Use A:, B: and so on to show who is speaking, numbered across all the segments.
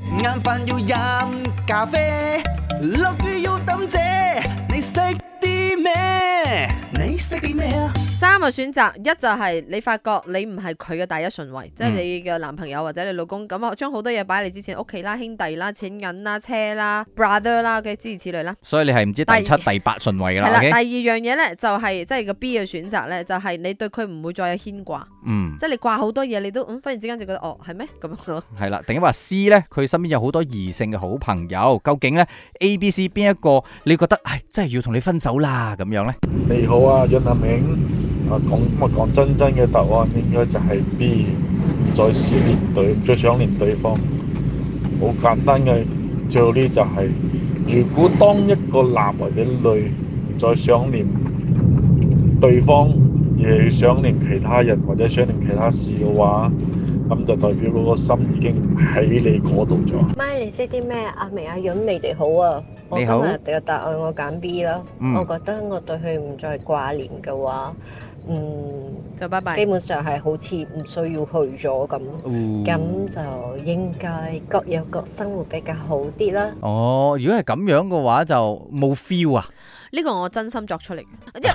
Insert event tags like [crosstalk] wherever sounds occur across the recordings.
A: 晏飯要飲咖啡，落雨要抌遮，你識啲咩？你識啲咩啊？
B: 三個選擇，一就係你發覺你唔係佢嘅第一順位，即係
C: 嗯
B: 你嘅男朋友或者你老公咁啊，將好多嘢擺喺你之前，屋企啦、兄弟啦、錢銀啦、車啦、brother 啦嘅諸如此類啦。
C: 所以你係唔知第七、第八順位
B: 係
C: 㗎啦
B: 啦，第
C: OK？
B: 二樣嘢咧就係即係個 B 嘅選擇咧，就係你對佢唔會再有牽掛，
C: 嗯，
B: 即係你掛好多嘢，你都嗯忽然之間就覺得哦係咩咁樣咯。
C: 係啦。定係話 C 呢？佢身邊有好多異性嘅好朋友，究竟呢 A、B、C 邊一個你覺得唉真係要同你分手啦咁樣呢？
D: 你好啊，殷阿明。啊，講咁啊，講真真嘅答案應該就係 B，最思念對，最想念對方。好簡單嘅道理就係、如果當一個男或者女唔再想念對方，而想念其他人或者想念其他事嘅話，咁就代表嗰個心已經唔喺你嗰度咗。
E: 咪你識啲咩？阿明阿潤，你哋好啊！我
C: 你
E: 今
C: 好
E: 日嘅答案我揀 B 啦。
C: 嗯
E: 我覺得我對佢唔再掛念嘅話，嗯，
B: 就拜拜
E: 基。本上係好似唔需要去咗咁。咁就應該各有各生活比較好啲啦。
C: 哦，如果係咁樣嘅話就冇 feel 啊。
B: 呢個我真心作出嚟嘅，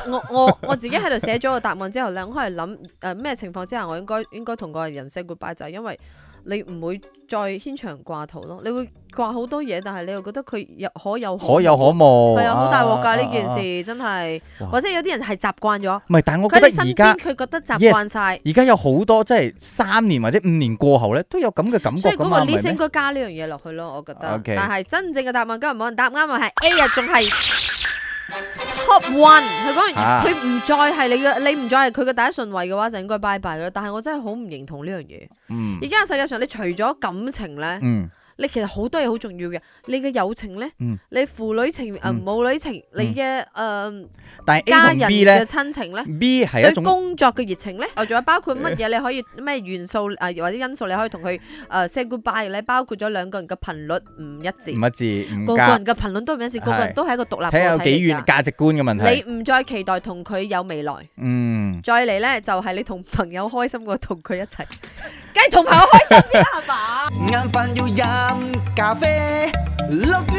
B: 因為我我 [laughs] 我自己喺度寫咗個答案之後咧，我係諗誒咩情況之下我應該應該同個人 say goodbye 就係因為你唔會再牽腸掛肚咯，你會掛好多嘢，但係你又覺得佢有可有
C: 可有可無。
B: 係啊，好大鑊㗎呢件
C: 啊。啊啊
B: 事真係，
C: 哇
B: 或者有啲人係習慣咗，
C: 唔係，但係我
B: 佢
C: 覺得
B: 喺身
C: 而家
B: 邊。佢覺得習
C: Yes
B: 慣晒。
C: 而家有好多即係三年或者五年過後咧，都有咁嘅感覺
B: 所以
C: 㗎
B: 嗰個
C: 嘛，唔
B: list
C: 係
B: 應
C: 咩？
B: 該加呢樣嘢落去咯，我覺得。
C: OK
B: 但係真正嘅答案今日冇人答啱啊，係 A 啊，仲係 top one。佢講
C: 啊
B: 佢唔再係你嘅，你唔再係佢嘅第一順位嘅話，就應該拜拜啦。但係我真係好唔認同呢樣嘢。
C: 嗯
B: 而家世界上，你除咗感情咧，
C: 嗯
B: 你其實好多嘢好重要嘅。你嘅友情咧，
C: 嗯
B: 你父女情、誒
C: 嗯
B: 母女情，你嘅誒
C: 但係
B: 家
C: A
B: 人
C: 同
B: 嘅
C: B 咧
B: 親情咧。
C: ，B 係
B: 對
C: 一種
B: 工作嘅熱情咧，哦仲有包括乜嘢？你可以咩元素啊、或者因素你可以同佢誒 say goodbye 咧？包括咗兩個人嘅頻率唔一致，
C: 唔一致唔
B: 個個
C: 夾
B: 人，嘅頻率都唔一致，
C: 係
B: 個個人都係一個獨立
C: 睇下有
B: 個
C: 幾
B: 體
C: 遠
B: 嚟㗎。
C: 價值觀嘅問題。
B: 你唔再期待同佢有未來，
C: 嗯，
B: 再嚟咧就係你同朋友開心過同佢一齊， [laughs] 梗係同朋友開心啲啦，係嘛？
A: 晏飯要飲咖啡，落雨